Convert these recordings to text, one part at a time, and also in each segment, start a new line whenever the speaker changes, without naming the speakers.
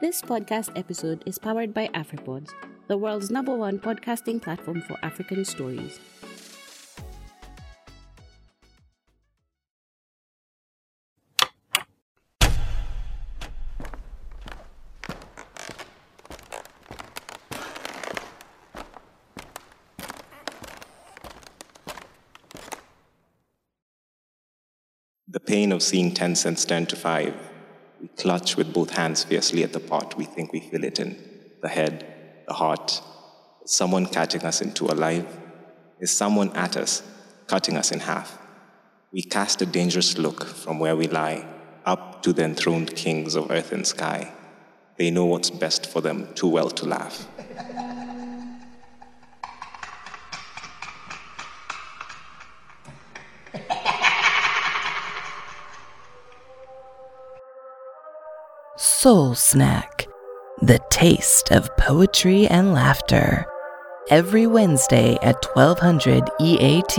This podcast episode is powered by AfriPods, the world's number one podcasting platform for African stories.
The pain of seeing 10 cents 10 to 5. We clutch with both hands fiercely at the pot we think we feel it in the head, the heart. Is someone catching us into a life? Is someone at us, cutting us in half? We cast a dangerous look from where we lie up to the enthroned kings of earth and sky. They know what's best for them too well to laugh.
Soul Snack, the taste of poetry and laughter. Every Wednesday at E 1200 EAT.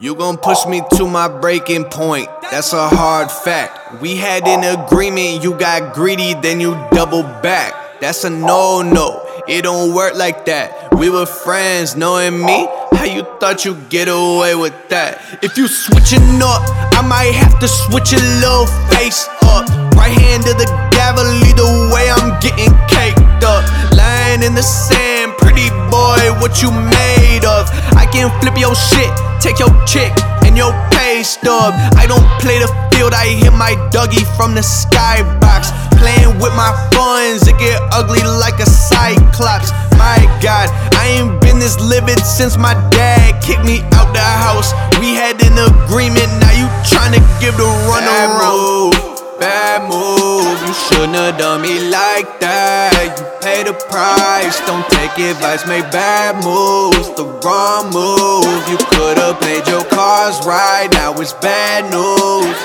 You gon' push me to my breaking point. That's a hard fact. We had an agreement, you got greedy, then you double back. That's a no no. It don't work like that. We were friends, knowing me. How you thought you get away with that? If you switching up, I might have to switch your little face up. Right hand to the gavel, lead the way, I'm getting caked up. Lying in the sand, pretty boy, what you made of? I can flip your shit, take your chick, and your pay stub. I don't play the field, I hit my Dougie from the skybox. Playing with my funds, it get ugly like a cyclops. My god, I ain't been this livid since my dad kicked me out the house. We had an agreement, now you tryna give the run
Bad
move, bad move. You shouldn't have done me like that. You pay the price, don't take advice, make bad moves. The wrong move, you could have played your cards right. Now it's bad news.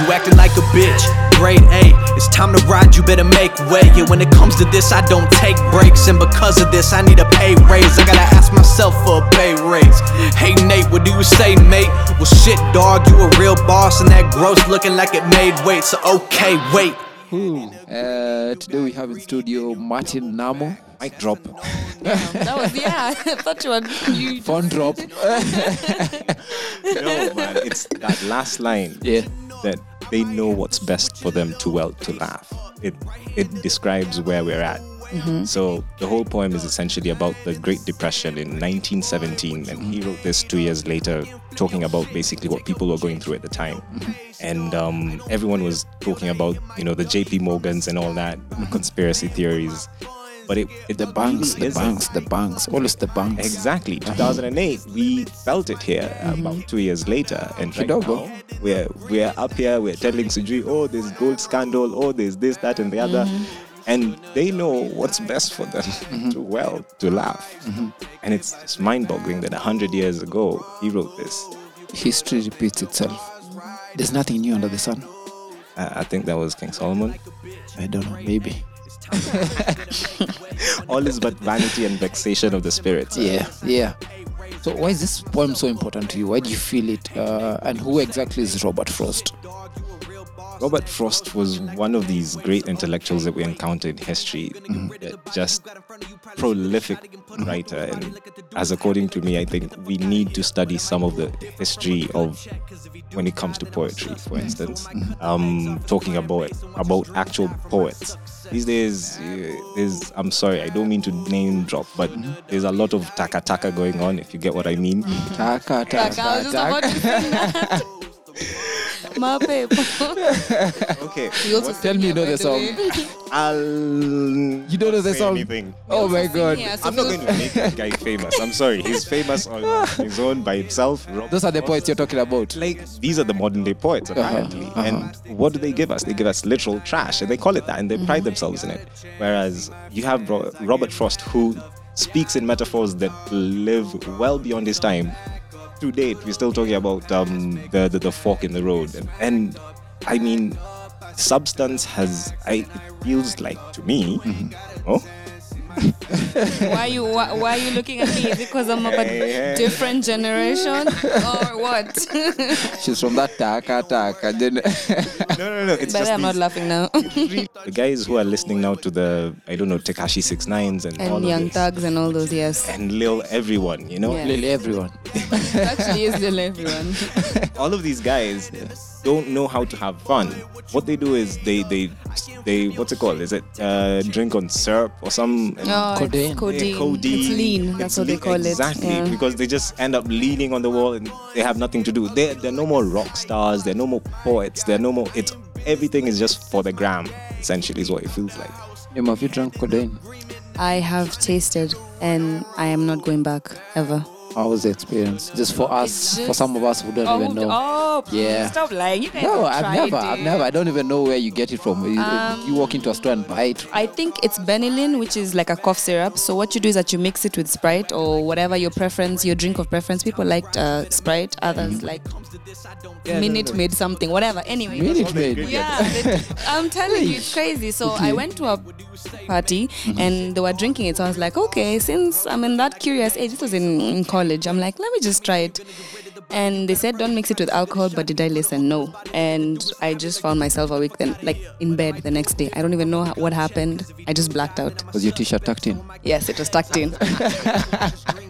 You acting like a bitch, grade A. It's time to ride, you better make way. Yeah, when it comes to this, I don't take breaks. And because of this, I need a pay raise. I gotta ask myself for a pay raise. Hey Nate, what do you say, mate? Well, shit, dog, you a real boss, and that gross looking like it made weight. So, okay, wait.
Uh, today we have in studio Martin Namo. Mic drop.
That was yeah. I thought you were you.
Phone drop.
No, man, it's that last line.
Yeah.
that they know what's best for them too well to laugh. It it describes where we're at. So the whole poem is essentially about the Great Depression in 1917, and he wrote this two years later, talking about basically what people were going through at the time, and um, everyone was talking about you know the J.P. Morgans and all that conspiracy theories, but it, it
The banks,
really
the
isn't.
banks, the banks. Always the banks.
Exactly. 2008, we felt it here about two years later. And right
Kidogo.
now, we're, we're up here, we're telling Sujui, oh, there's gold scandal, oh, there's this, that, and the other. And they know what's best for them to well, to laugh. And it's, it's mind boggling that 100 years ago, he wrote this.
History repeats itself. There's nothing new under the sun.
Uh, I think that was King Solomon.
I don't know, maybe.
All is but vanity and vexation of the spirits.
Yeah, yeah. So why is this poem so important to you? Why do you feel it? Uh, and who exactly is Robert Frost?
Robert Frost was one of these great intellectuals that we encountered in history,
Mm-hmm.
that just prolific writer. And as according to me, I think we need to study some of the history of when it comes to poetry, for instance,
Mm-hmm.
um, talking about about actual poets. These days, uh, there's I'm sorry, I don't mean to name drop, but
Mm-hmm.
there's a lot of taka taka going on, if you get what I mean.
Taka,
Like, I
taka,
was just about
taka.
to sing that. My people.
Okay,
You also
Tell
sing
me you
here,
know
by
the
the
song.
way.
I'll you
don't know the song?
Anything.
Oh my
sing
god.
here, so
I'm not
feel-
going to make that guy famous. I'm sorry. He's famous on his own by himself. Rob-
Those are Uh-huh. the poets you're talking about.
Like, these are the modern day poets, apparently. And what do they give us? They give us literal trash, and they call it that, and
Mm-hmm.
they pride themselves in it. Whereas you have Ro- Robert Frost, who speaks in metaphors that live well beyond his time. To date, we're still talking about um, the, the, the fork in the road. And, and I mean,
Mm-hmm.
substance has, I, it feels like to me, oh,
Why you why, why are you looking at me? Is it because I'm of a different generation or what?
She's from that taka taka. Then
No, no, no. It's
But
just
I'm not
these,
laughing now.
the guys who are listening now to the I don't know Tekashi 69s and, all
and
of
Young
this.
Thugs and all those. Yes,
and Lil everyone, you know?
Yeah.
Lily, everyone.
actually, is little everyone.
all of these guys don't know how to have fun. What they do is they they they what's it called? Is it uh, drink on syrup or some
No,
Codeine.
Oh, It's codeine. It's lean.
It's
That's what they
lean-
call
exactly,
it. Yeah.
because they just end up leaning on the wall and they have nothing to do. They they're no more rock stars. They're no more poets. They're no more. It's everything is just for the gram. Essentially, is what it feels like.
Name, have you drunk codeine?
I have tasted, and I am not going back ever.
How was the experience? Just for us,
It's
for some of us who don't even know.
Oh,
Yeah.
Stop lying. You guys
No,
have
I've
tried
never, I've
it.
never. I don't even know where you get it from. You-
Um,
you walk into a store and buy it.
I think it's Benylin, which is like a cough syrup. So what you do is that you mix it with Sprite or whatever your preference, your drink of preference. People liked uh, Sprite,
Mm.
others like Minute Maid something, whatever. Anyway,
Minute Maid.
yeah, they- I'm telling you, it's crazy. So I went to a party
Mm-hmm.
and they were drinking it. So I was like, okay, since I'm in that curious age, this was in, in college. I'm like, let me just try it. And they said, don't mix it with alcohol. But did I listen? No. And I just found myself awake then, like in bed the next day. I don't even know ha- what happened. I just blacked out.
Was your t-shirt tucked in?
Yes, it was tucked in.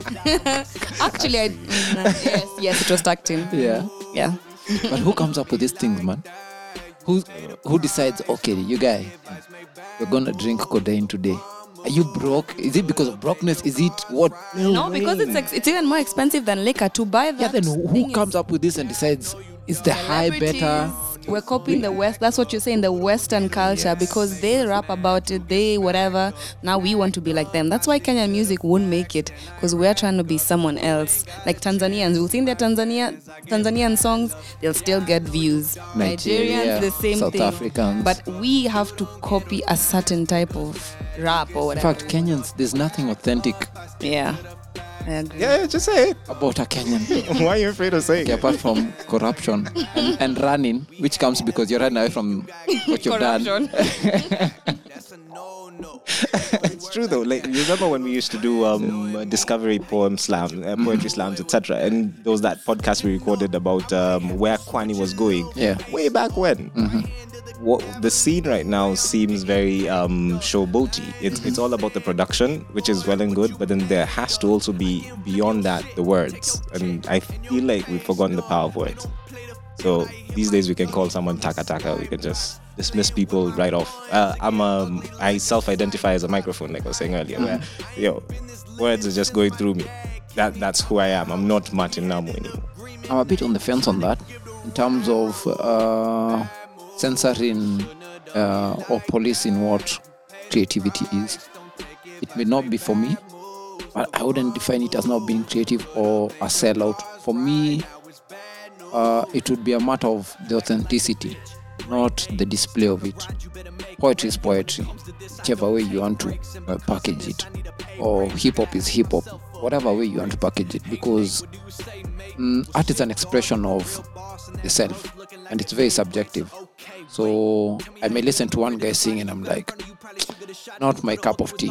Actually, I, yes, yes, it was tucked in.
Yeah.
Yeah.
but who comes up with these things, man? Who who decides? Okay, you guy, we're gonna drink codeine today. Are you broke? Is it because of brokenness? Is it what?
No, because it's ex- it's even more expensive than liquor to buy that.
Yeah, then
thing
who
is
comes up with this and decides? Is the high better?
celebrities. We're copying the West. That's what you say in the Western culture because they rap about it, they whatever. Now we want to be like them. That's why Kenyan music won't make it because we're trying to be someone else. Like Tanzanians, will sing their Tanzania Tanzanian songs, they'll still get views.
Nigeria,
Nigerians, the same
South
thing.
Africans.
But we have to copy a certain type of rap or
In
whatever.
fact, Kenyans, there's nothing authentic
Yeah. I agree.
Yeah, Eh, just say it.
about a Kenyan,
Why are you afraid of saying?
okay, apart from corruption and, and running, which comes because you're running away from what you've done.
Corruption.
It's true though. Like you remember when we used to do um, uh, discovery poem slam, uh, poetry slams, etc. And there was that podcast we recorded about um, where Kwani was going.
Yeah.
Way back when. What, the scene right now seems very um, showboaty. It's it's all about the production, which is well and good, but then there has to also be beyond that the words. And I feel like we've forgotten the power of words. So these days we can call someone taka taka. We can just dismiss people right off. Uh, I'm um, I self-identify as a microphone, like I was saying earlier. Where, yo, words are just going through me. That that's who I am. I'm not Martin Namu anymore.
I'm a bit on the fence on that in terms of uh, censoring uh, or policing what creativity is. It may not be for me, but I wouldn't define it as not being creative or a sellout. For me, uh, it would be a matter of the authenticity, not the display of it. Poetry is poetry, whichever way you want to uh, package it, or hip hop is hip hop, whatever way you want to package it, because mm, art is an expression of the self and it's very subjective so i may listen to one guy sing and i'm like not my cup of tea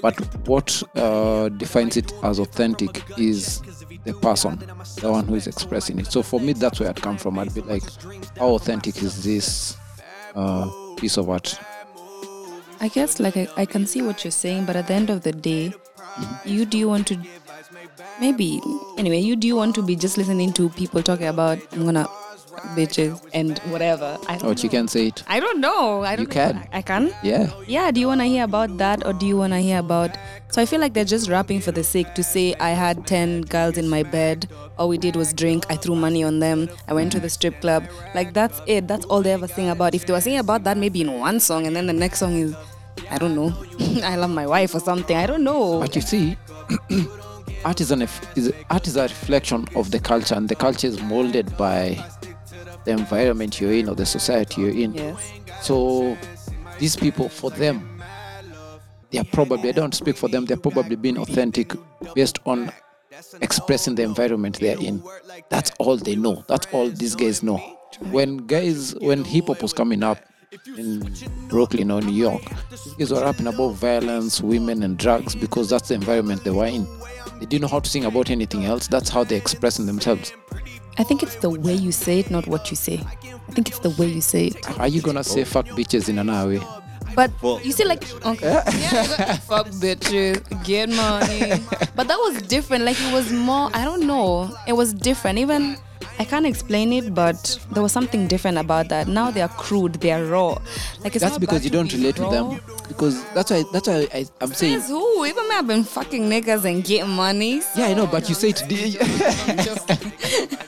but what uh, defines it as authentic is the person the one who is expressing it so for me that's where i'd come from i'd be like how authentic is this uh, piece of art
I guess like I, I can see what you're saying, but at the end of the day, you do want to maybe anyway, you do want to be just listening to people talking about I'm gonna bitches and whatever. I
or
don't
Oh, you
know.
can say it
I don't know. I don't
You
know.
can.
I can.
yeah
Yeah. Do you want to hear about that, or do you want to hear about? So I feel like they're just rapping for the sake to say I had ten girls in my bed. All we did was drink. I threw money on them. I went to the strip club. Like that's it. That's all they ever sing about. If they were singing about that, maybe in one song, and then the next song is, I don't know, I love my wife or something. I don't know.
But you see, art is, an, eff- is art is a reflection of the culture, and the culture is molded by the environment you're in or the society you're in.
Yes.
So these people, for them, they are probably, I don't speak for them, they're probably being authentic based on expressing the environment they're in. That's all they know. That's all these guys know. When guys, when hip hop was coming up, in Brooklyn or New York, these were rapping about violence, women, and drugs because that's the environment they were in. They didn't know how to sing about anything else. That's how they're expressing themselves.
I think it's the way you say it, not what you say. I think it's the way you say it.
Are you gonna say fuck bitches in an hour?
But
Well-
you see, like, okay, yeah, you got- fuck bitches, get money. But that was different. Like, it was more. I don't know. It was different. Even I can't explain it, but there was something different about that. Now they are crude. They are raw. Like, it's
That's
not
because
bad
you
to
don't
be
relate with
raw.
them. Because that's why that's why I, I'm saying.
Says who? Even me, I've been fucking niggas and getting money. So
Yeah, I know, but you say it.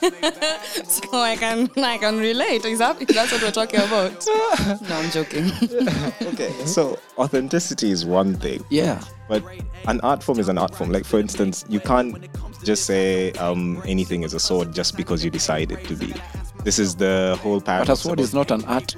I can, I can relate. Exactly. That's what we're talking about. No, I'm joking.
Okay,
Mm-hmm.
so authenticity is one thing,
yeah,
but an art form is an art form. Like, for instance, you can't just say um, anything is a sword just because you decide it to be. This is the whole
but
paradox.
a sword
about-
is not an art.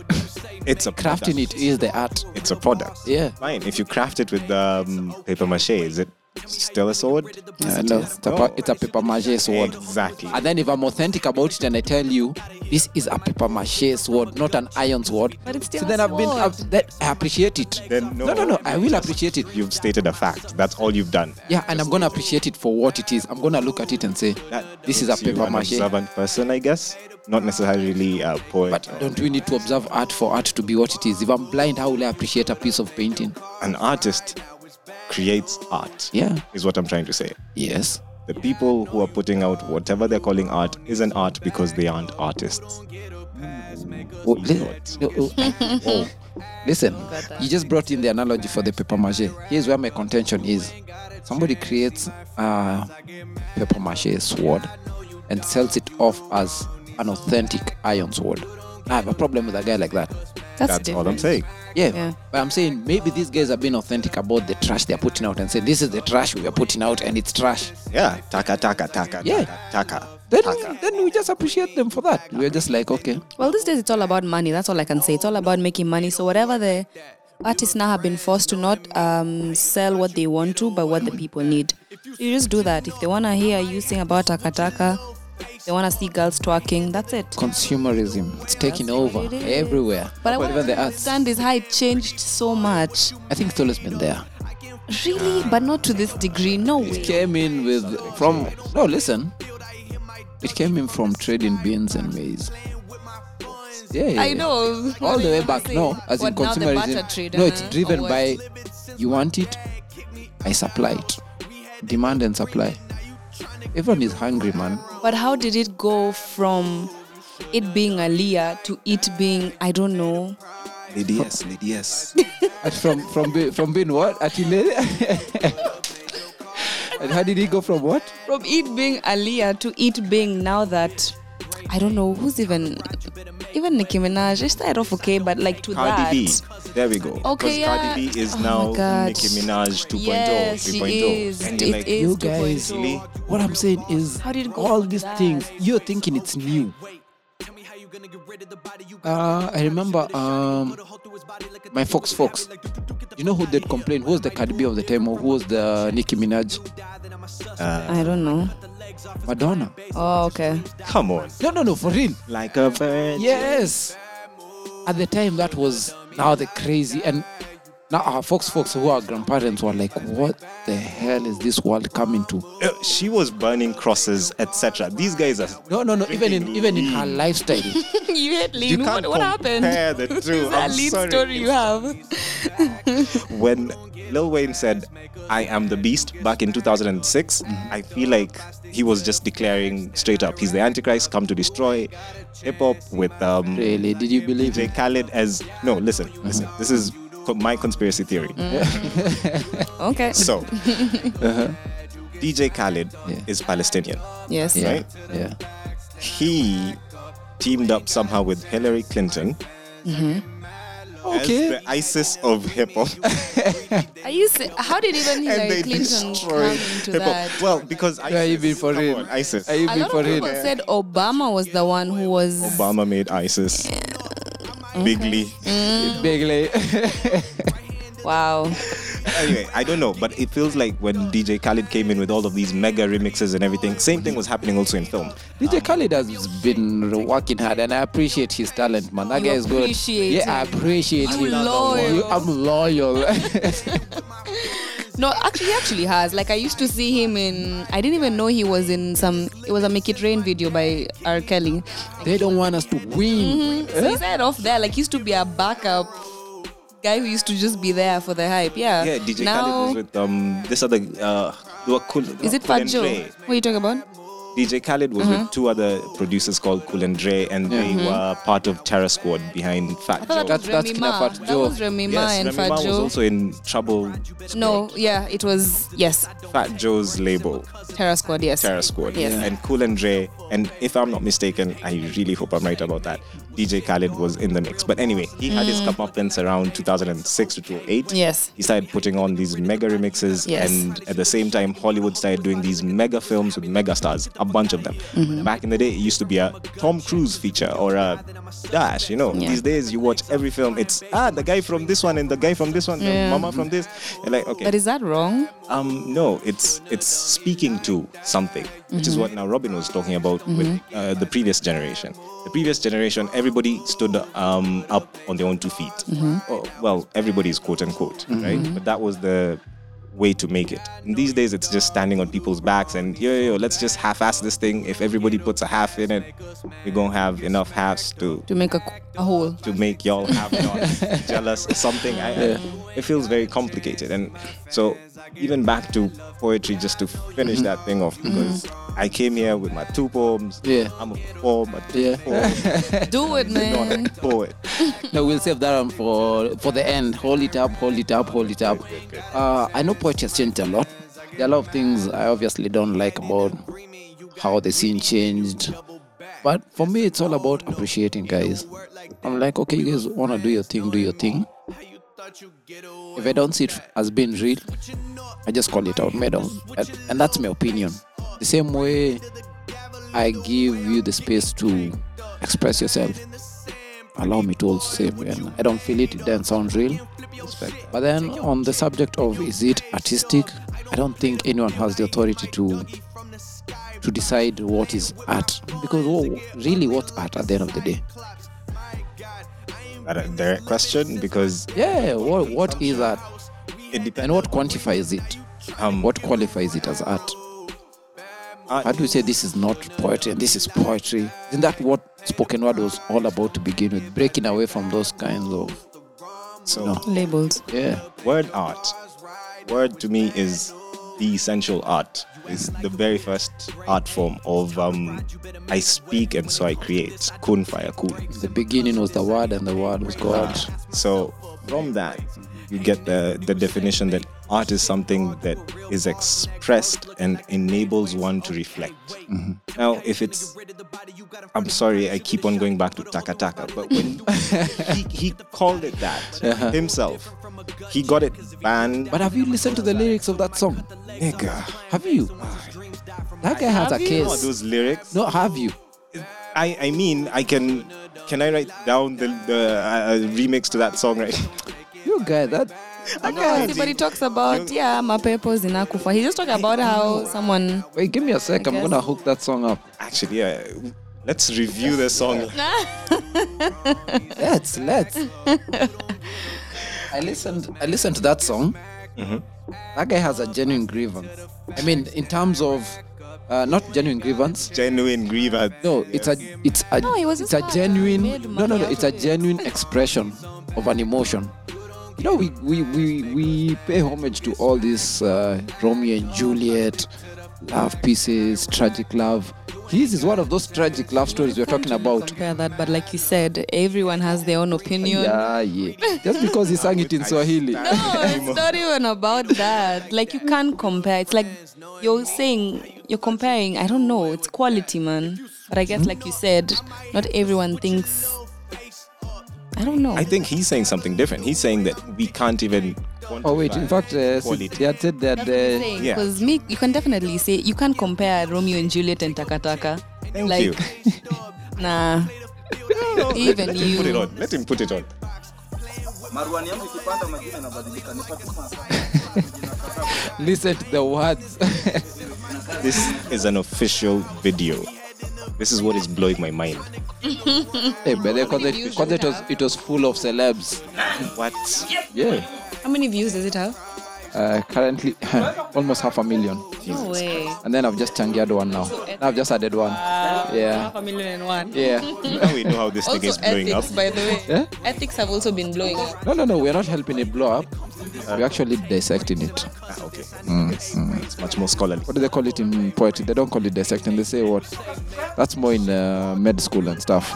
It's a
Crafting
product.
it is the art.
It's a product.
Yeah.
Fine. If you craft it with um, paper mache, is it still a sword?
Yeah, no, it's a, pa- it's a paper mache sword.
Exactly.
And then if I'm authentic about it and I tell you this is a paper mache sword, not an iron sword,
But it's still
so
a
then I've been
sword.
I've, that, I appreciate it.
Then no.
no, no, no, I will appreciate it.
You've stated a fact. That's all you've done.
Yeah, and I'm gonna appreciate it for what it is. I'm gonna look at it and say
That
this is a
makes you
paper
an
mache.
observant person, I guess. Not necessarily a poet.
But
or-
don't we need to observe art for art to be what it is? If I'm blind, how will I appreciate a piece of painting?
an artist creates art.
Yeah.
Is what I'm trying to say.
Yes.
The people who are putting out whatever they're calling art isn't art because they aren't artists.
Oh, li- oh, oh, oh. Listen, you just brought in the analogy for the paper mache. Here's where my contention is. Somebody creates a paper mache sword and sells it off as an authentic iron sword. I have a problem with a guy like that.
That's,
That's all I'm
different.
saying.
Yeah,
Yeah.
but I'm saying maybe these guys have been authentic about the trash they're putting out and say this is the trash we are putting out and it's trash.
Yeah. Taka, taka, taka.
Yeah.
Taka.
Then,
taka.
then we just appreciate them for that. We're just like, okay,
Well, these days it's all about money. That's all I can say. It's all about making money. So whatever the artists now have been forced to not um, sell what they want to, but what the people need. You just do that. If they wanna hear you sing about takataka, they wanna see girls twerking. That's it.
consumerism, it's taking
That's
over
what it is.
everywhere.
But I want
even
to
the arts.
understand is how it changed so much.
I think it's always been there. Ah.
Really, but not to this degree. No way.
Came in with from no listen. It came in from trading beans and maize. Yeah, yeah,
I
yeah.
know.
All the way back. No, as in
What, now the
consumerism.
barter trade, uh,
no, it's
huh?
driven
Or what?
by you want it, I supply it. Demand and supply. Everyone is hungry, man.
But how did it go from it being Aliyah to it being I don't know?
Lady yes, lady yes.
At from from be- from being what? At And how did he go from what?
From it being Aliyah to it being now that I don't know who's even even Nicki Minaj. It started off okay, but like to that.
Cardi B. There we go. Because
Okay, yeah.
Cardi B is
Oh my
now
God.
Nicki Minaj oh, 2.0,
Yes, she
3.0.
is.
oh. And you're
It
like,
is oh."
You guys,
2.0.
what I'm saying is,
How did it go
all
from
these
that?
things you're thinking it's new. Uh, I remember um, my Fox Fox. You know who did complain? Who was the Cardi B of the time, or who was the Nicki Minaj?
I don't know.
Madonna.
Oh, okay.
come on.
No, no, no, for real.
Like a bird.
Yes. At the time, that was now the crazy and. Now our folks, folks who are grandparents were like, "What the hell is this world coming to?"
Uh, She was burning crosses, etc. These guys are.
No, no, no. Even in even in her lifestyle,
you hate
You
Lean.
can't
What, what happened?
compare the two.
that
I'm
lead
sorry.
story you have.
when Lil Wayne said, I am the beast back in 2006, I feel like he was just declaring straight up, he's the Antichrist, come to destroy hip hop with um,
really, did you believe it?
DJ Khaled as. No, listen, listen.
Mm-hmm.
This is co- my conspiracy theory.
Mm.
Okay.
So, DJ Khaled
Uh-huh. Yeah.
is Palestinian,
yes.
Yeah,
right?
yeah.
He teamed up somehow with Hillary Clinton.
Okay.
As the ISIS of hip hop.
Are you? se- How did even
and
Hillary
they
Clinton come
destroyed
into
hip
that?
hop. Well, because ISIS.
you been for
come
real?
on, ISIS.
Are you
A
being
lot
for
of
real?
people said Obama was the one who was.
Obama made ISIS. Bigly.
Big lay.
Wow.
anyway, I don't know, but it feels like when DJ Khaled came in with all of these mega remixes and everything, same thing was happening also in film.
DJ Khalid has been working hard, and I appreciate his talent, man. That
You
guy is good.
appreciate
yeah, I appreciate
You
him.
loyal.
You- I'm loyal.
No, actually, he actually has. Like I used to see him in. I didn't even know he was in some. It was a Make It Rain video by R. Kelly.
they don't want us to win.
Hmm, So he started off there. Like he used to be a backup guy who used to just be there for the hype. Yeah.
Yeah, DJ
now,
Khaled was with um this other uh they were cool. they
Is
were
it Mm-hmm.
Kool
Fat
and
Joe?
Dre.
What are you talking about?
DJ Khaled was with two other producers called Cool and Dre, and they
Mm-hmm.
were part of Terror Squad behind Fat Joe.
Oh,
That's- that's
Remy
Kina
Ma.
Fat
That
Joe.
was Remy Ma
yes,
and
Remy
Fat
Ma was
Joe.
also in trouble.
no, yeah, it was yes,
Fat Joe's label,
Terror Squad. Yes.
Terror Squad,
Yes.
and Cool and Dre. And if I'm not mistaken, I really hope I'm right about that. DJ Khaled was in the mix, but anyway, he had his comeuppance around 2006 to 2008.
Mm. Yes.
he started putting on these mega remixes,
Yes.
and at the same time, Hollywood started doing these mega films with mega stars, a bunch of them.
Mm-hmm.
Back in the day, it used to be a Tom Cruise feature or a Dash. You know,
Yeah.
these days you watch every film, it's ah the guy from this one and the guy from this one,
Yeah.
the mama from this. You're like okay,
But is that wrong?
um, no, it's it's speaking to something, which is what now Robin was talking about with uh, the previous generation. The previous generation, everybody stood um, up on their own two feet. Oh, well, everybody's quote unquote, right? But that was the way to make it. And these days, it's just standing on people's backs and yo, yo, yo, let's just half-ass this thing. If everybody puts a half in it, we're gonna have enough halves to
To make a, a hole.
to make y'all have not jealous or something. I, I- it feels very complicated. And so even back to poetry, just to finish
Mm-hmm.
that thing off, because I came here with my two poems.
Yeah.
I'm a poem, a
Yeah.
poem,
Do it, man.
not a poet.
no, we'll save that one for for the end. Hold it up, hold it up, hold it up. Uh, I know poetry has changed a lot. There are a lot of things I obviously don't like about how the scene changed. But for me, it's all about appreciating guys. I'm like, okay, you guys wanna do your thing, do your thing. If I don't see it as being real, I just call it out, madam. And- And that's my opinion. The same way I give you the space to express yourself allow me to also say when I don't feel it, it doesn't sound real. But then on the subject of is it artistic, I don't think anyone has the authority to to decide what is art because oh, really what's art at the end of the day?
Not a direct question because
Yeah, what, what is art
it depends.
and what quantifies it?
Um,
What qualifies it as art?
Art-
How do we say this is not poetry and this is poetry? Isn't that what spoken word was all about to begin with? Breaking away from those kinds of
So
No.
Labels.
yeah.
word art, word to me is the essential art. It's the very first art form of um, I speak and so I create. Kun fire kun.
The beginning was the word and the word was God.
So from that, you get the, the definition that art is something that is expressed and enables one to reflect. Now, if it's, I'm sorry, I keep on going back to Taka Taka, but when he, he called it that himself, he got it banned.
But have you listened to the lyrics of that song?
nigga,
Have you? That guy has a
you know
case.
those lyrics.
No, have you?
I, I mean, I can, can I write down the, the uh, remix to that song right?
You guy that.
No, everybody talks about yeah, my purpose in Akufa. He just talked about how someone
Wait, give me a sec. I'm
guess.
gonna hook that song up.
Actually, yeah. Let's review the song.
Let's let's. I listened. I listened to that song. That guy has a genuine grievance. I mean, in terms of uh, not genuine grievance.
Genuine grievance.
No, it's a it's a
No, he was
it's a
inspired.
genuine
He made
no no
money
no
out
it's a
of it.
genuine expression of an emotion. You know we we we, we pay homage to all these uh, Romeo and Juliet love pieces, tragic love. His is one of those tragic love stories we're talking about.
compare that, but like you said, everyone has their own opinion.
Yeah, yeah. Just because he sang it in Swahili.
No, it's not even about that. Like you can't compare. It's like you're saying you're comparing. I don't know. It's quality, man. But I guess, like you said, not everyone thinks. I don't know.
I think he's saying something different. He's saying that we can't even.
Oh wait, in fact, uh,
Quality.
they had said that. Uh,
yeah.
Because me, you can definitely say you can't compare Romeo and Juliet and Takataka.
Thank
like,
you.
Nah.
No, no,
Even
let, let him put it
you.
on. Let him put it on.
maruani yangu ikipanda majina inabadilika nipatuma
Listen to the words.
This is an official video. This is what is blowing my mind.
hey, but then, cause it, cause it was it was full of celebs.
What?
Yeah.
How many views does it have?
Uh, currently, almost half a million.
No way.
And then I've just changeared one now. I've just added one. Yeah.
Half a million and one.
Yeah.
Now we know how this thing
Also,
is blowing up.
ethics, by the way.
Yeah?
Ethics have also been blowing up.
No, no, no. We're not helping it blow up. We're actually dissecting it.
Ah, okay. It's, it's much more scholarly.
What do they call it in poetry? They don't call it dissecting. They say what? That's more in uh, med school and stuff.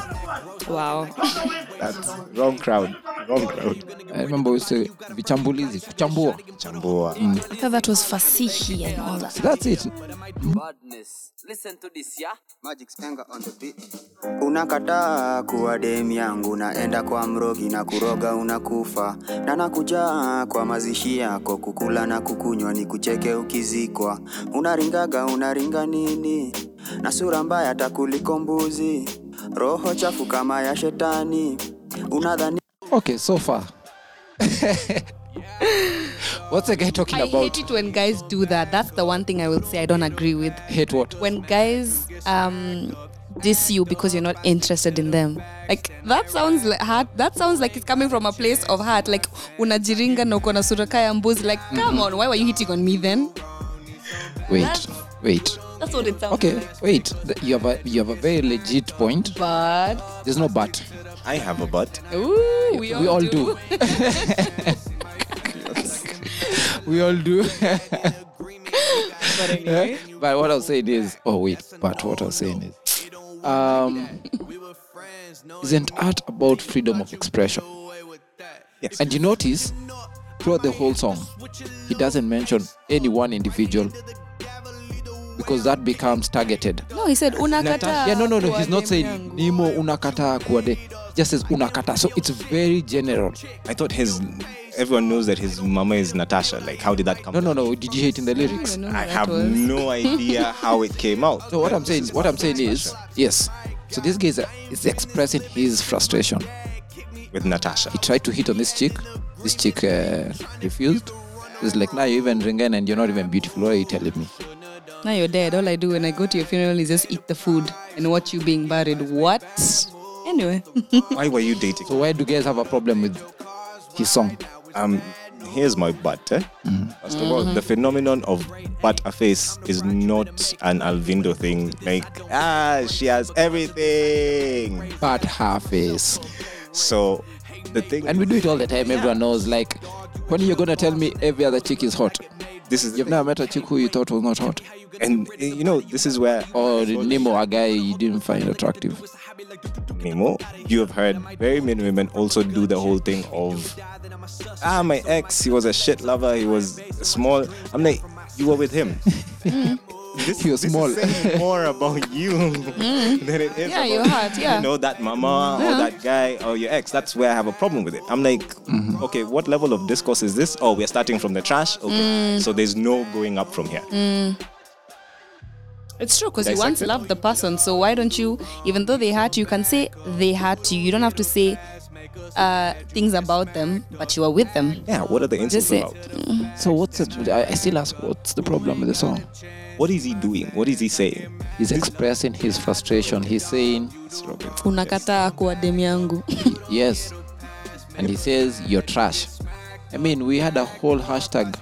Wow.
That's wrong crowd. Wrong crowd.
I remember we used to vichambulizi, kuchambua.
Chambua.
I thought that was fasihi and all that.
That's it.
badness. Listen to this, yeah?
unakataa kuwa dem yangu naenda kwa mrogi na kuroga unakufa na nakujaa kwa mazishi yako kukula na kukunywa ni kucheke ukizikwa unaringaga unaringa nini na sura mbaya takuliko mbuzi roho chafu kama ya shetani unadhani
Okay, so far. What's the guy talking
I
about?
hate it when guys do that. That's the one thing I will say I don't agree with.
Hate what?
When guys um diss you because you're not interested in them. Like that sounds like heart. That sounds like it's coming from a place of heart. Like unajiringa na uko na surakaya mbuzi. Like
Mm-hmm.
come on, why were you hitting on me then?
Wait, wait.
That's what it sounds
Okay,
like.
wait. Th- You have a you have a very legit point.
But
There's no but.
I have a butt.
ooh, we, all,
We all do. We all do.
But anyway.
but what I was saying is, oh wait. But what I was saying is, um, isn't art about freedom of expression?
Yes.
And you notice throughout the whole song, he doesn't mention any one individual because that becomes targeted.
No, he said unakata.
yeah, no, no, no. He's not saying Nimo unakata kuade. Just says unakata. So it's very general.
I thought his. Everyone knows that his mama is Natasha. Like, how did that come?
No, no, no. Did you hate in the lyrics?
I have no idea how it came out.
So what I'm saying, what I'm saying is, yes. So this guy is, is expressing his frustration.
With Natasha.
He tried to hit on this chick. This chick uh, refused. He's like, now you're even ringing and you're not even beautiful. What are you telling me?
Now you're dead. All I do when I go to your funeral is just eat the food and watch you being buried. What? Anyway,
Why were you dating?
So why do guys have a problem with his song?
um here's my butt eh? first of all the phenomenon of butt a face is not an alvindo thing like ah she has everything
But her face.
so the thing
And we do it all the time. Everyone knows. Like, when you're gonna tell me every other chick is hot?
this is
You've never met a chick who you thought was not hot,
and uh, you know this is where
or Nemo, a guy you didn't find attractive.
Nemo, you have heard very many women also do the whole thing of ah my ex he was a shit lover he was small i'm like you were with him this,
He was
this
small. Hmm.
is saying more about you than it is
yeah,
about
your heart.
you
Yeah.
know that mama or that guy or your ex that's where i have a problem with it i'm like
Mm-hmm.
okay what level of discourse is this oh we're starting from the trash okay
Mm.
so there's no going up from here
It's true because you once
Dissected.
loved the person, so why don't you, even though they hurt you, you can say they hurt you. You don't have to say uh, things about them, but you are with them.
yeah what are the insults
Just it.
about
So what's the, I, I still ask what's the problem with the song?
what is he doing what is he saying
He's expressing his frustration. He's saying
It's Robin.
Unakata kuwa dem yangu.
yes, and he says you're trash. I mean, we had a whole hashtag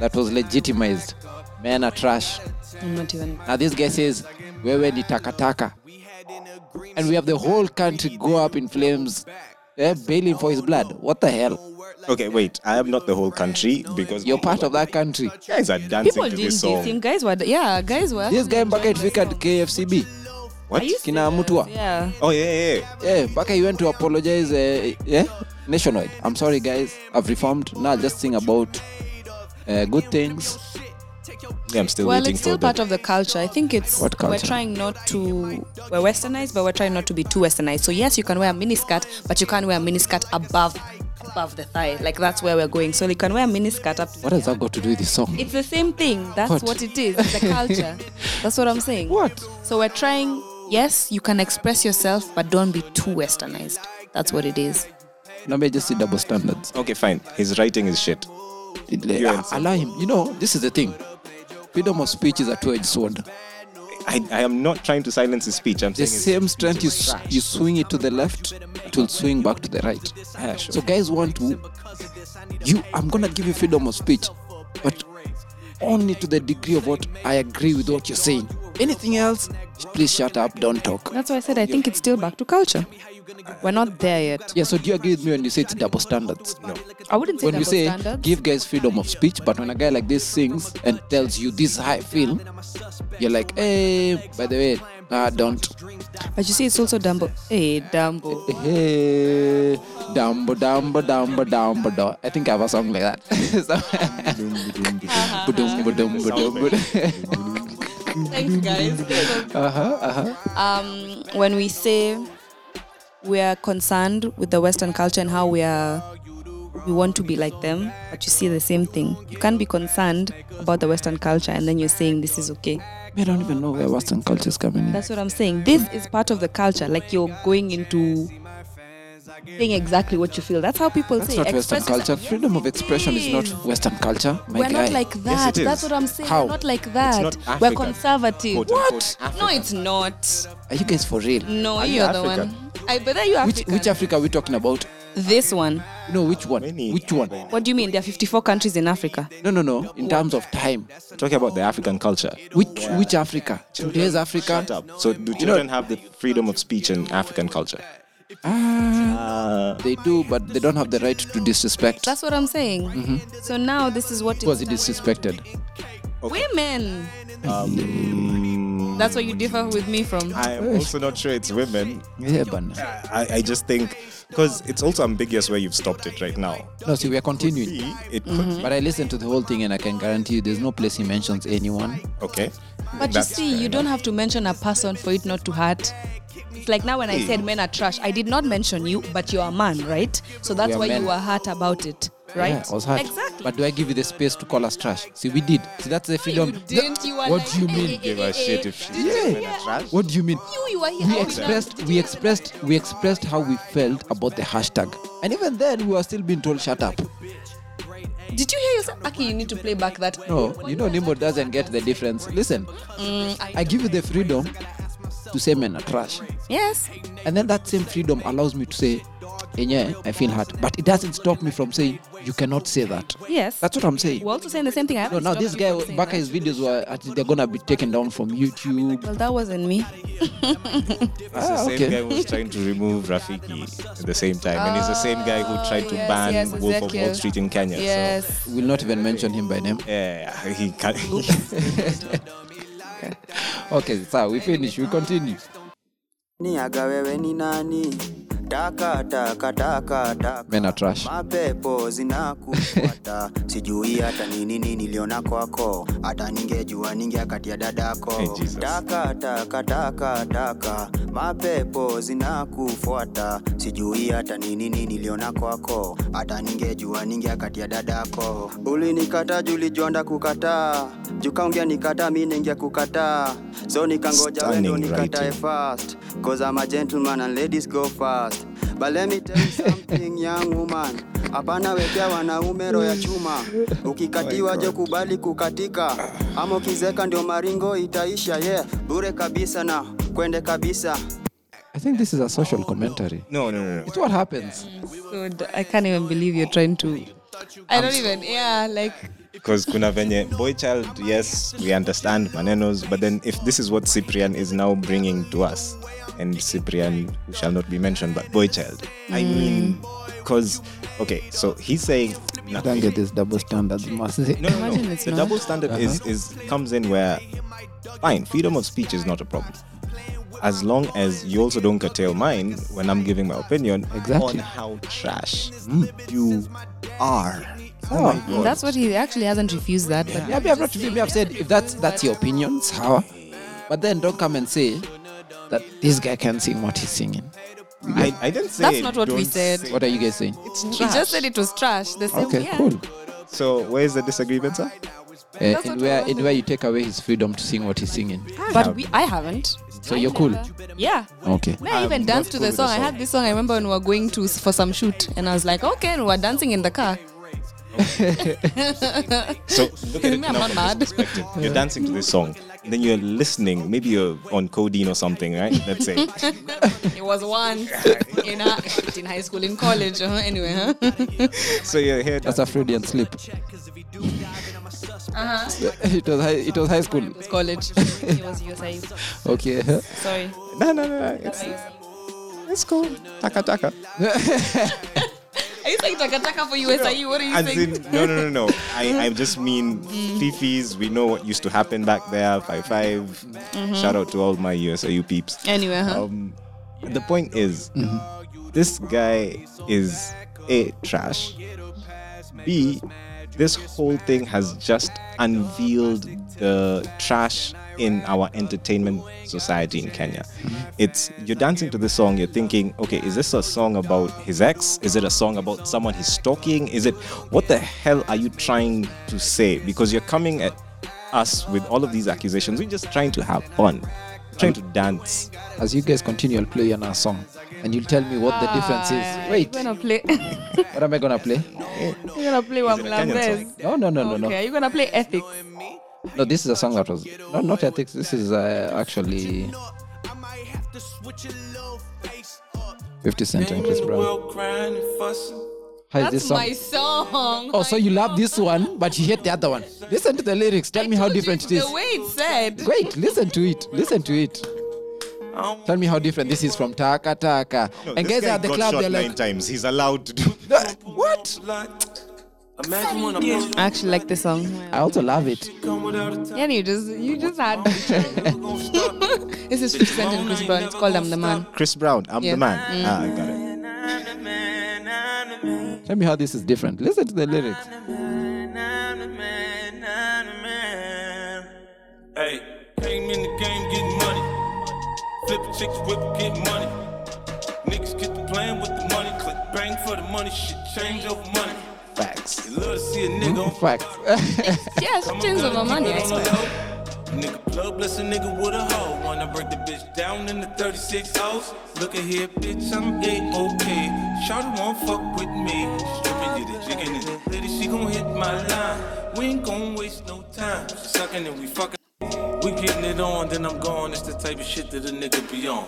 that was legitimized. Men are trash.
I'm not even.
Now this guy says wewe ni takataka, and we have the whole country go up in flames, eh, bailing for his blood. What the hell?
okay wait i am not the whole country because
You're part of that country.
guys are dancing
People
to
didn't
this
diss
song
him. Guys were. Yeah, guys were.
this guy mpaka ifika kfcb
what
kina mutwa
Yeah.
oh yeah yeah, yeah.
yeah, Eh, mpaka he went to apologize uh, yeah? nationwide i'm sorry guys i've reformed now I'll just sing about uh, good things
Yeah, i'm still
Well,
waiting
it's still
for
part
the
of the culture. I think it's
What
we're
culture?
trying not to we're westernized, but we're trying not to be too westernized. So yes, you can wear a miniskirt, but you can't wear a miniskirt above above the thigh. Like that's where we're going. So you can wear a miniskirt up.
what has that got to do with this song
It's the same thing. That's
What?
what, it is. It's the culture. that's what I'm saying.
what
So we're trying. Yes, you can express yourself, but don't be too westernized. That's what it is.
No, but just see double standards.
Okay, fine. His writing is shit. You're
Like,
insane.
allow him. You know, this is the thing. Freedom of speech is a two-edged sword.
I, I am not trying to silence his speech. I'm
The
saying it's-
same strength you, s- you swing it to the left, it will swing back to the right.
Yeah, sure.
So guys want to you I'm gonna give you freedom of speech, but only to the degree of what I agree with what you're saying. Anything else, please shut up, don't talk.
That's why I said I think it's still back to culture. We're not there yet.
Yeah, so do you agree with me when you say it's double standards? No.
I wouldn't say
When
double
you say
standards.
give guys freedom of speech, but when a guy like this sings and tells you this is how I feel, you're like, hey, by the way, nah, don't.
but you see, it's also Dumbo. Hey, Dumbo.
Hey, dumbo, dumbo, dumbo, dumbo, dumbo. I think I have a song like that. So-
Uh-huh.
Budum, budum, budum, budum.
Thanks, guys.
Uh-huh, uh-huh.
um, when we say we are concerned with the Western culture and how we are, we want to be like them, but you see the same thing. You can't be concerned about the Western culture and then you're saying this is okay.
I don't even know where Western culture is coming in.
That's what I'm saying. This is part of the culture. Like you're going into saying exactly what you feel. That's how people
That's
say.
not Western
express yourself.
culture. Freedom of expression is not Western culture. My
We're
guy.
not like that.
it is.
That's what I'm saying.
How?
We're not like that.
not
We're
Africa,
conservative.
quote unquote,
what? No, it's not.
Are you guys for real?
No,
Are you
you're the
African?
one. I bet that you
Which
African.
which Africa are we talking about?
this one.
No, which one?
Many.
Which one?
What do you mean? There are 54 countries in Africa.
No, no, no. In terms of time,
talking about the African culture.
which which Africa? Today's Africa.
Shut up. So do children have the freedom of speech in African culture? Uh,
They do, but they don't have the right to disrespect.
That's what I'm saying. So now this is what
because it is disrespected.
women. That's what you differ with me from.
I am also not sure it's women.
Yeah, but
I, I just think because it's also ambiguous where you've stopped it right now.
no, see, we are continuing.
See, It could
Mm-hmm.
But I listened to the whole thing, and I can guarantee you, there's no place he mentions anyone.
okay.
But you
That's
see,
fair
you don't have to mention a person for it not to hurt. It's like now when I said men are trash, I did not mention you, but you're a man, right? So that's
are
why
men.
you were hurt about it, right?
Yeah, I was hurt.
Exactly.
But do I give you the space to call us trash? See, we did. See, that's the freedom.
you didn't. You were
what
like,
do you
"Eh,
mean?
eh, eh,
Give
eh,
a shit
eh."
if she
Did you
women
hear?
are trash.
What do you mean?
You, you were here.
we
Oh,
expressed we expressed we expressed how we felt about the hashtag and even then we were still being told shut up
no. Did you hear yourself? Aki, you need to play back that.
no you know nimbo doesn't get the difference listen
Mm,
i give you the freedom to say men are trash
Yes.
and then that same freedom allows me to say yeah i feel hurt but it doesn't stop me from saying you cannot say that
Yes.
that's what i'm saying
We're also saying the same thing. I
no
haven't
now
stopped
this
you
guy
from saying
back
that.
his videos were at, they're gonna be taken down from youtube
Well, that wasn't me.
It's the
Ah,
same
okay.
guy who's trying to remove Rafiki at the same time, and it's the same guy who tried to
Oh, yes,
ban
yes,
Wolf of Wall
Ezekiel.
Street in Kenya. so-
Yes.
we'll not even mention him by name
yeah, he can't.
okay so we finish we continue
niaga wewe ni nani taka taka taka taka
men are trash
mapepo zinakufuata sijui hata ni nini niliona kwako hata ningejua ningeakatia dadako
Hey, Jesus.
taka taka taka taka mapepo zinakufuata sijui hata ni nini niliona kwako hata ningejua ningeakatia dadako ulinikata julijonda kukataa jukaongea nikata mi ningia kukataa so nikangoja
Stunning
wendo nikatae
writing.
fast cause i'm a gentleman and ladies go fast but let me tell you something young woman hapana wekea wanaume roho ya chuma
Oh
ukikatiwa je kubali kukatika ama ukizeka ndio maringo itaisha ye yeah. bure kabisa na kwende kabisa
i think this is a social commentary
No, no, no, no.
It's what happens.
Good. I can't even believe you're trying to. I don't even. Yeah, like.
Because kuna venye boy child, yes, we understand manenos, but then if this is what Cyprian is now bringing to us, and Cyprian who shall not be mentioned, but boy child, I
Mm.
mean, because okay, so he's saying
Don't
nothing.
get this double standards, must
No, no,
Imagine
no.
it's
The
not. Uh-huh.
double standard is, is comes in where, fine, freedom of speech is not a problem. As long as you also don't curtail mine when I'm giving my opinion on
Exactly.
how trash you are.
Oh.
Mm. That's what he actually hasn't refused that. But
Yeah, me, I've not me, I've said if that's that's your opinion, it's how. But then don't come and say that this guy can sing what he's singing.
I, I didn't say
That's not what we
don't
said.
say-
What are you guys saying?
It's
he
trash.
just said it was trash. The same
Okay,
yeah.
cool.
So where's the disagreement, sir?
Eh, Uh, in where in where you take away his freedom to sing what he's singing.
But we, I haven't.
So you're cool.
Yeah.
Okay.
No, I even danced to the song. I had this song. I remember when we were going to for some shoot, and I was like, okay, and we were dancing in the car.
So look at it
Me,
now
I'm
from
not
this
mad.
perspective. You're dancing to this song, and then you're listening. Maybe you're on codeine or something, right? Let's say.
It was once in, uh, in high school, in college. Uh-huh. Anyway, huh?
So you're here.
That's a Freudian slip.
Uh-huh.
it was high, it was high school.
It's college. It was USA.
Okay.
Sorry.
No, no, no. It's, it's cool. Taka taka.
Are you saying takataka for USA? What are you Mm.
As
saying?
in, no, no, no, no. I, I just mean fifis. We know what used to happen back there. Five five.
Mm-hmm.
Shout out to all my USAU peeps.
Anyway, huh?
Oh,
Um, the point is, this guy is a trash. B, this whole thing has just unveiled the trash in our entertainment society in Kenya. It's you're dancing to this song, you're thinking, okay, is this a song about his ex? Is it a song about someone he's stalking? Is it what the hell are you trying to say? Because you're coming at us with all of these accusations. We're just trying to have fun, trying to dance.
As you guys continue, I'll play another song, and you'll tell me
Ah,
what the difference is. Wait,
Wait. You're gonna play. You're
what am I gonna play?
gonna play
it a Kenyan
Wamlambes.
No, no, no, no,
Okay. Are
no.
you gonna play ethics?
No, this is a song that was no, not ethics. This is uh, actually 50 Cent and Chris Brown. How is
That's
this song?
my song.
Oh, so you love this one, but you hate the other one. Listen to the lyrics. Tell me how
Told you
different it is.
The way it said.
Wait, listen to it. Listen to it. Tell me how different this is from Taka Taka.
Um, No,
and
this
guys
guy
at the
got
club,
shot
they're
nine
like,
times. He's allowed to do.
"Uh, what?
I actually like this song.
I also love it.
Yeah, you just you just had. this is 50 Cent and Chris Brown. It's called I'm the Man.
Chris Brown, I'm
Yeah. Mm.
the man. Ah, I got it.
Tell me how this is different. Listen to the lyrics.
Hey, came in the game getting money. Flipping chicks, whip, get money. Niggas get to playing with the money. Click bang for the money, shit change over money.
Facts.
You love to see a nigga on
Facts.
Yeah, she changed over money. I swear.
Nigga plug bless a nigga with a hoe. Wanna break the bitch down in the 36 O's. Look at here, bitch, I'm A-OK. Shawty won't fuck with me. Stripping you the chicken and the lady, she gon' hit my line. We ain't gon' waste no time. Sucking and we fucking. We getting it on, then I'm gone. It's the type of shit that a nigga be on.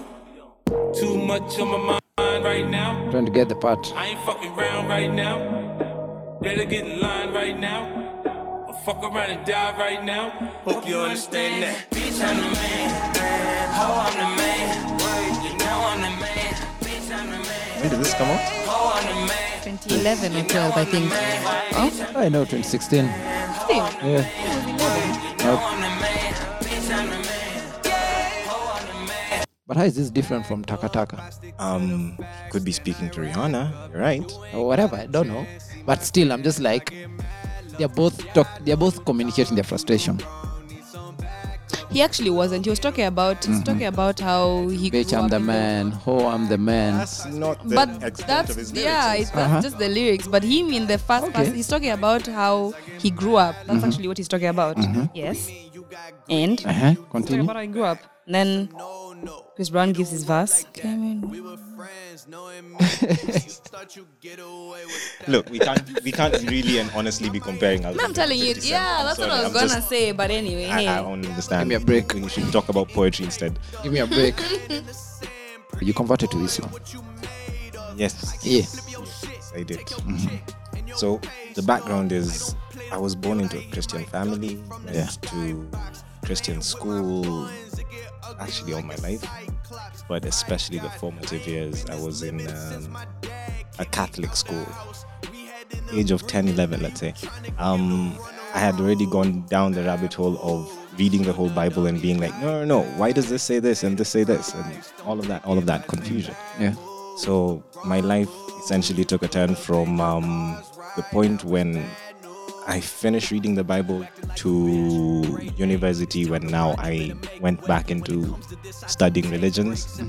Too much on my mind right now.
Trying to get the part.
I ain't fucking round right now. Better get in line right now. Or fuck around and die right now. Hope you understand that. Bitch, I'm the man. Ho, I'm the man. You know I'm the man. Bitch, I'm the man.
When did this come out?
2011 or 12, I think. Oh,
I know 2016.
I
Yeah. But how is this different from Taka Taka?
Um, could be speaking to Rihanna. You're right.
Or whatever, I don't know. But still, I'm just like, they're both talk, they're both communicating their frustration.
He actually wasn't. He was talking about
Mm-hmm.
he's talking about how he.
Bitch,
grew
I'm
up
the
in
man. Oh, I'm the man.
That's not the
but
extent
that's
of his lyrics.
yeah, it's that's
Uh-huh.
just the lyrics. But him in the first
Okay.
person, he's talking about how he grew up. That's actually what he's talking about. Yes, and he's
Uh-huh.
talking
Continue.
about how he grew up. And then Chris Brown gives his verse. Came in.
Look, we can't we can't really and honestly be comparing.
No, I'm telling you, yeah, that's what I was gonna say. But anyway,
I,
hey.
I don't understand.
Give me a break.
We should talk about poetry instead.
Give me a break. you converted to Islam.
Yes,
Yeah.
I did. Mm-hmm. So the background is I was born into a Christian family, went
Yeah.
to Christian school actually all my life, but especially the formative years, I was in um, a Catholic school, age of 10, 11, let's say. Um, I had already gone down the rabbit hole of reading the whole Bible and being like, no, no, no, why does this say this and this say this and all of that, all of that confusion.
Yeah.
So my life essentially took a turn from um, the point when I finished reading the Bible to university, when now I went back into studying religions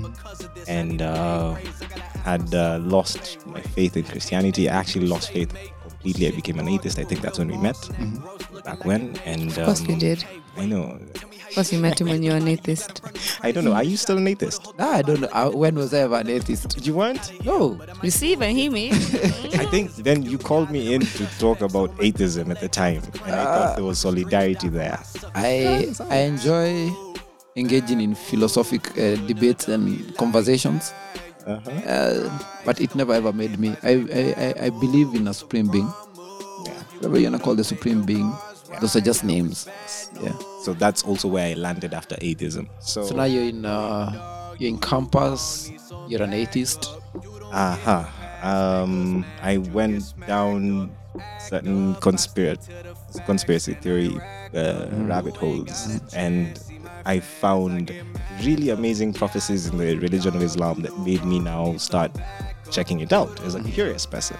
and uh, had uh, lost my faith in Christianity. I actually lost faith completely. I became an atheist. I think that's when we met back when. And
Mm-hmm. Of course we
um,
did.
I know.
Of course, you met him when you were an atheist.
I don't know. Are you still an atheist?
Nah, I don't know. I, when was I ever an atheist?
You weren't?
No.
Receive eh? and hear me.
I think then you called me in to talk about atheism at the time, and I thought there was solidarity there.
I I enjoy engaging in philosophic uh, debates and conversations, uh, but it never ever made me. I I, I, I believe in a supreme being. Whatever you wanna call the supreme being, those are just names. Yeah.
So that's also where I landed after atheism. So,
So now you're in uh, you're in campus. You're an atheist.
Aha. uh-huh. Um, I went down certain conspiracy conspiracy theory uh, rabbit holes, and I found really amazing prophecies in the religion of Islam that made me now start checking it out as a curious person.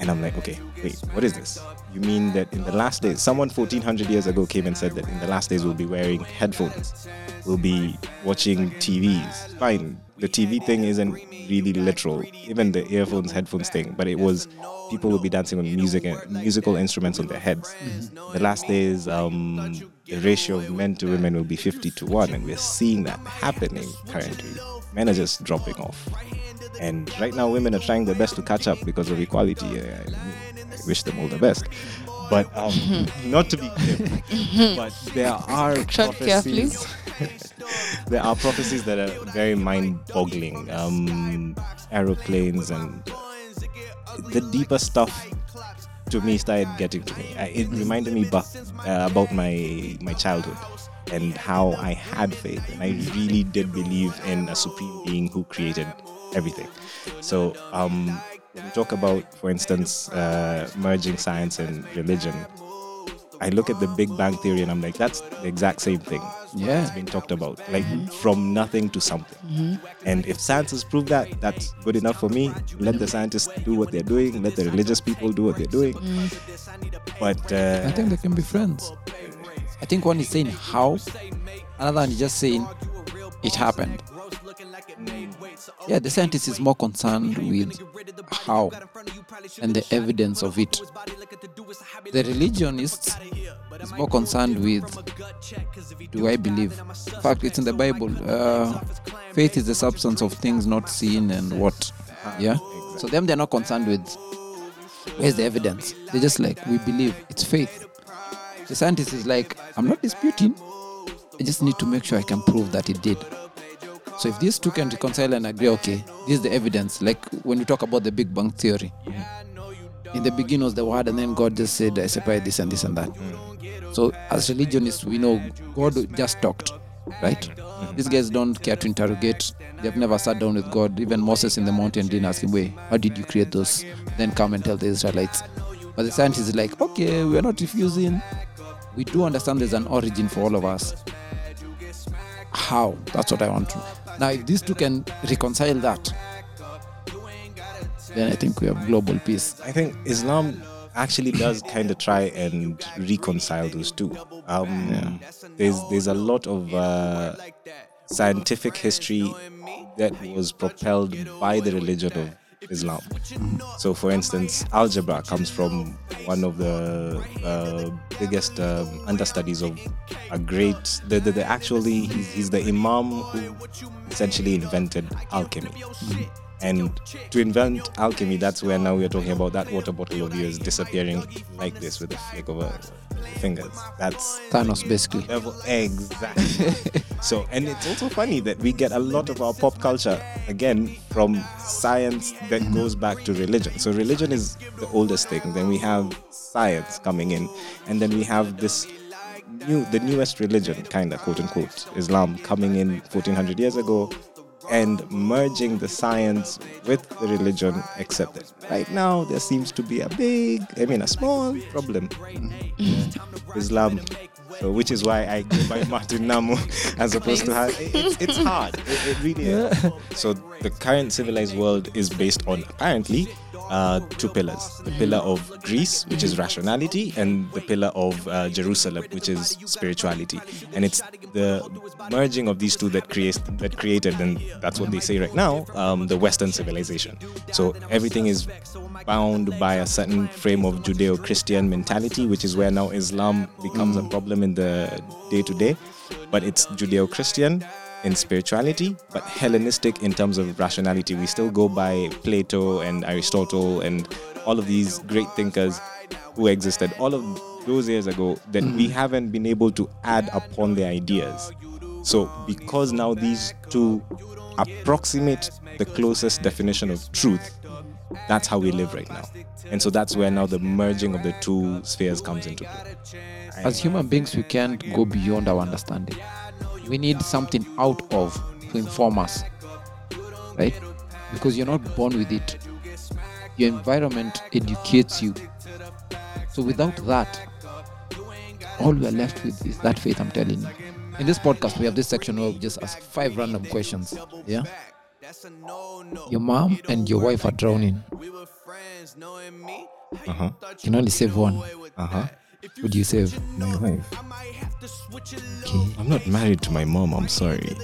And I'm like, okay, wait, what is this? You mean that in the last days, someone 1400 years ago came and said that in the last days we'll be wearing headphones, we'll be watching TVs. Fine, the TV thing isn't really literal, even the earphones, headphones thing, but it was people will be dancing on music and musical instruments on their heads. The last days, um, the ratio of men to women will be 50 to 1, and we're seeing that happening currently. Men are just dropping off. And right now, women are trying their best to catch up because of equality. I, I wish them all the best. But um, not to be glib, but there are
Tread carefully.
prophecies. there are prophecies that are very mind-boggling. Um, aeroplanes and the deeper stuff to me started getting to me. I, it reminded me ba- uh, about my my childhood and how I had faith and I really did believe in a supreme being who created everything. So um, when we talk about, for instance, uh, merging science and religion. I look at the Big Bang Theory and I'm like, that's the exact same thing.
Yeah.
It's been talked about. Like from nothing to something. And if science has proved that, that's good enough for me. Let the scientists do what they're doing. Let the religious people do what they're doing. But
I
uh,
think they can be friends. I think one is saying how, another one is just saying it happened. Yeah, the scientist is more concerned with how and the evidence of it. The religionist is more concerned with do I believe? In fact, it's in the Bible. Uh, faith is the substance of things not seen and what. Yeah. So them they're not concerned with where's the evidence. They're just like we believe. It's faith. The scientist is like, I'm not disputing. I just need to make sure I can prove that it did. So if these two can reconcile and agree, okay, this is the evidence. Like when you talk about the Big Bang theory, in the beginning was the word, and then God just said, I separate this and this and that. So as religionists, we know God just talked, right? These guys don't care to interrogate. They've never sat down with God. Even Moses in the mountain didn't ask him, "Wait, how did you create those?" Then come and tell the Israelites. But the scientist is like, "Okay, we are not refusing. We do understand there's an origin for all of us. How? That's what I want to. Now, if these two can reconcile that, then I think we have global peace.
I think Islam actually does kind of try and reconcile those two. Um, There's there's a lot of uh, scientific history that was propelled by the religion of Islam. So, for instance, algebra comes from one of the uh, biggest um, understudies of a great. The, the, the actually, he's, he's the imam who essentially invented alchemy. And to invent alchemy, that's where now we are talking about that water bottle of yours disappearing like this with a flick of a fingers. That's
Thanos, basically.
level exactly. so, and it's also funny that we get a lot of our pop culture again from science that goes back to religion. So, religion is the oldest thing. Then we have science coming in, and then we have this new, the newest religion, kind of quote unquote, Islam coming in 1400 years ago. And merging the science with the religion, except that right now there seems to be a big, I mean, a small problem. Islam. So, which is why I go by Martin Namo as opposed to hard. It's, it's hard. It, it really is. So, the current civilized world is based on apparently uh, two pillars the pillar of Greece, which is rationality, and the pillar of uh, Jerusalem, which is spirituality. And it's the merging of these two that, creates, that created, and that's what they say right now, um, the Western civilization. So everything is bound by a certain frame of Judeo Christian mentality, which is where now Islam becomes a problem in the day to day. But it's Judeo Christian, in spirituality, but Hellenistic in terms of rationality. We still go by Plato and Aristotle and all of these great thinkers who existed all of those years ago that we haven't been able to add upon their ideas. So, because now these two approximate the closest definition of truth, that's how we live right now. And so that's where now the merging of the two spheres comes into play.
As human beings, we can't go beyond our understanding. We need something out of to inform us, right? Because you're not born with it. Your environment educates you. So without that, all we are left with is that faith. I'm telling you. In this podcast, we have this section where we just ask five random questions. Yeah. Your mom and your wife are drowning.
Uh-huh.
Can only save one.
Uh-huh.
Would you save?
My wife.
Okay.
I'm not married to my mom, I'm sorry.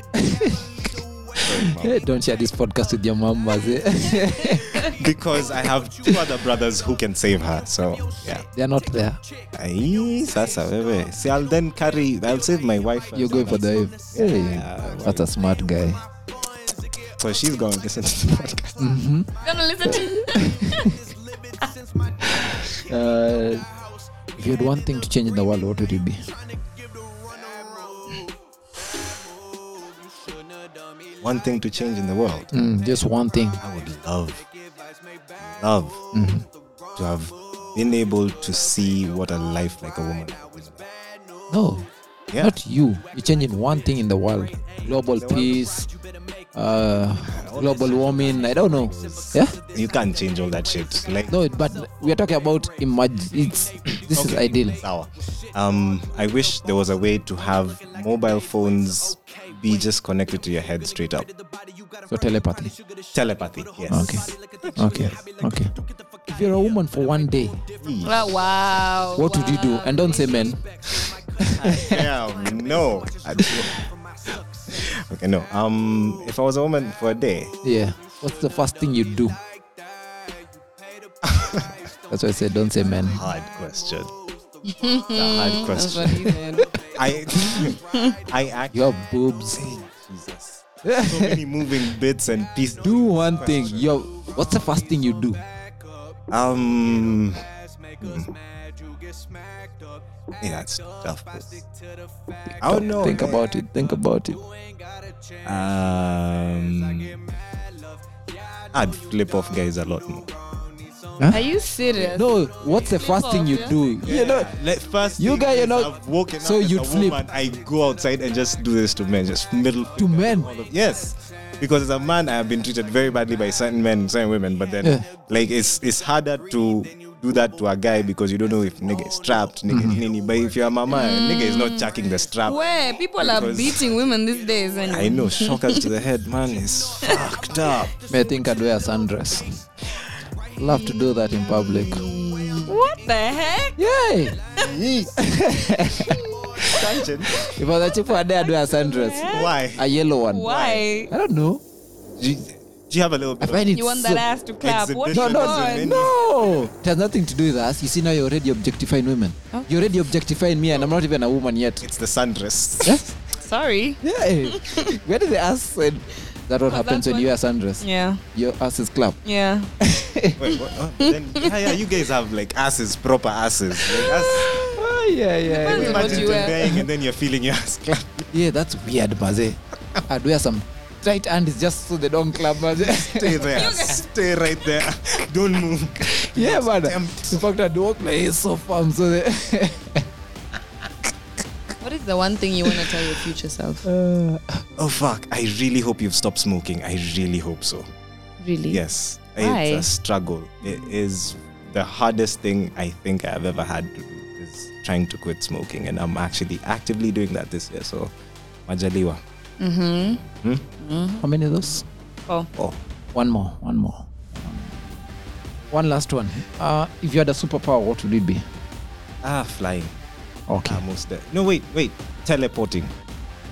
Eh, Don't share this podcast with your mom, Maze.
because I have two other brothers who can save her. So yeah.
They're not there.
Aye, sasa wewe. See, I'll then carry. I'll save my wife.
You're going for the wave. Yeah, that's a smart guy.
So she's going to listen to the podcast.
Gonna listen to
Uh, if you had one thing to change in the world, what would it be?
One thing to change in the world.
Mm, just one thing.
I would love, love to have been able to see what a life like a woman. is.
No,
Yeah.
not you. You're changing one thing in the world: global peace, uh, global warming. I don't know. Yeah.
You can't change all that shit. Like
No, but we are talking about imagine. It's this is ideal.
Sawa. Um, I wish there was a way to have mobile phones be just connected to your head straight up.
So telepathy.
Telepathy, yes.
Okay. Okay. Okay. If you're a woman for one day,
Wow, wow.
what would you do? And don't say men.
Damn, no. I- okay, no. Um, if I was a woman for a day,
Yeah. What's the first thing you do? That's why I said don't say men.
hard question. It's a hard question. I, I
You
actually.
have boobs.
Jesus. So many moving bits and pieces.
Do one thing. You have, what's the first thing you do?
Um. hmm. Yeah, that's tough. bro. I don't know.
Think
man.
about it. Think about it.
Um, I'd flip off guys a lot more.
Are you serious?
No, what's the first thing you do? You know,
Let first
You
thing
guys are
is
not-
I've woken
so
up as
you'd
a
flip.
Woman, I go outside and just do this to men, just middle
to men.
Yes, because as a man, I have been treated very badly by certain men, certain women. But then,
Yeah.
like, it's it's harder to do that to a guy because you don't know if nigga is trapped, nigga
Mm-hmm.
is nini. But if you're a mama, nigga is not chucking the strap.
Where people are
Because-
beating women these days. And
I know, shockers to the head, man, is fucked up.
May I think I'd wear a sundress. Love to do that in public.
what the heck?
Yay!
Tangent.
If I was a chief for a day, I'd wear a sundress.
Why?
A yellow one.
Why?
I don't know.
Do you, do you have a little
I
bit?
find it
You want
so-
that ass to clap? What
Exhibition
you
No, no,
want?
No, it has nothing to do with us. You see, now you're already objectifying women. You're already objectifying me, and I'm not even a woman yet.
It's the sundress.
Yeah,
Sorry.
yeah. Where did the ass? And that what happens
that's
when you
what-
are sundress.
Yeah.
Your ass is clapped.
Yeah.
Wait, what? Oh, then, yeah, yeah, you guys have like asses, proper asses. Like, ass,
Oh yeah, yeah,
Depends
yeah.
on what
imagine
you wear.
tendering and then you're feeling your ass clap.
Yeah, that's weird, Baze. I'd wear some tight hands just so they don't clap, Baze.
Stay there. Stay right there. Don't move.
yeah, man. In fact, I'd walk like it's so firm, so they.
What is the one thing you want to tell your future self?
Oh fuck! I really hope you've stopped smoking. I really hope so.
Really?
Yes,
Why?
it's a struggle. It is the hardest thing I think I've ever had to do is trying to quit smoking, and I'm actually actively doing that this year. So, majaliwa.
How many of those?
Oh.
Oh,
One more, one more. One last one. Uh, if you had a superpower, what would it be?
Ah, flying.
Okay.
Almost there. No, wait, wait. Teleporting.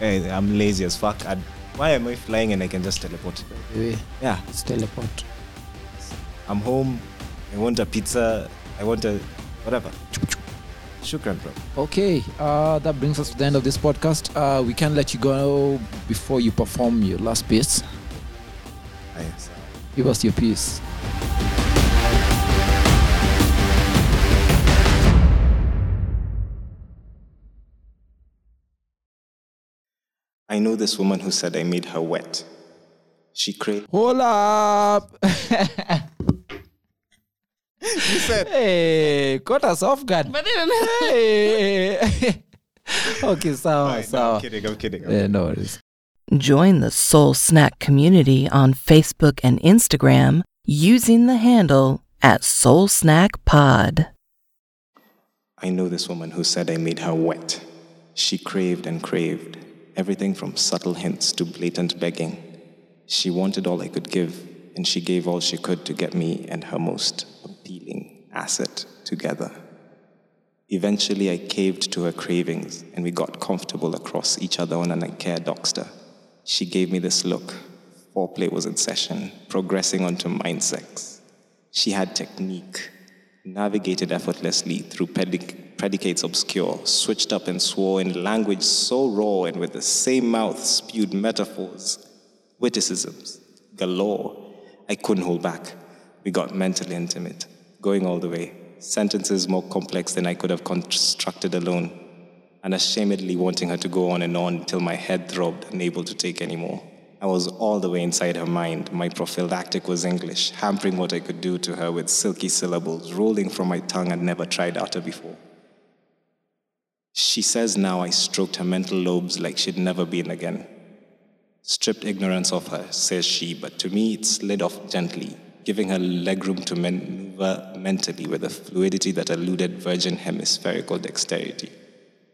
Eh, I'm lazy as fuck. I'd, why am I flying and I can just teleport?
Eh,
Yeah,
It's teleport.
I'm home. I want a pizza. I want a whatever. Shukran, bro.
Okay, uh, that brings us to the end of this podcast. Uh, we can't let you go before you perform your last piece.
Thanks.
Give us your piece.
I know this woman who said I made her wet. She craved.
Hold up! hey, caught us off guard.
But then
hey. okay, sawa,
Alright, no,
sawa.
I'm kidding. I'm kidding. I'm
Eh, no worries.
Join the Soul Snack community on Facebook and Instagram using the handle at Soul Snack Pod.
I know this woman who said I made her wet. She craved and craved, everything from subtle hints to blatant begging. She wanted all I could give, and she gave all she could to get me and her most appealing asset together. Eventually, I caved to her cravings, and we got comfortable across each other on an Ikea dockster. She gave me this look. Foreplay was in session, progressing onto mind sex. She had technique, navigated effortlessly through pedic- predicates obscure, switched up and swore in language so raw and with the same mouth spewed metaphors, witticisms galore. I couldn't hold back. We got mentally intimate, going all the way, sentences more complex than I could have constructed alone, unashamedly wanting her to go on and on till my head throbbed, unable to take any more. I was all the way inside her mind. My prophylactic was English, hampering what I could do to her with silky syllables rolling from my tongue I'd never tried utter before. She says now I stroked her mental lobes like she'd never been again. Stripped ignorance of her, says she, but to me it slid off gently, giving her legroom to maneuver mentally with a fluidity that eluded virgin hemispherical dexterity.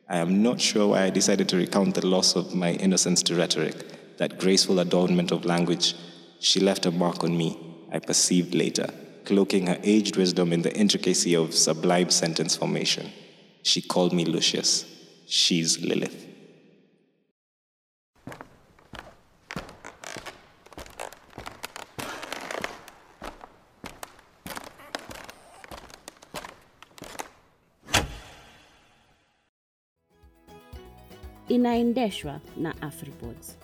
I am not sure why I decided to recount the loss of my innocence to rhetoric, that graceful adornment of language. She left a mark on me, I perceived later, cloaking her aged wisdom in the intricacy of sublime sentence formation. She called me Lucius. She's Lilith.
inaendeshwa na afripods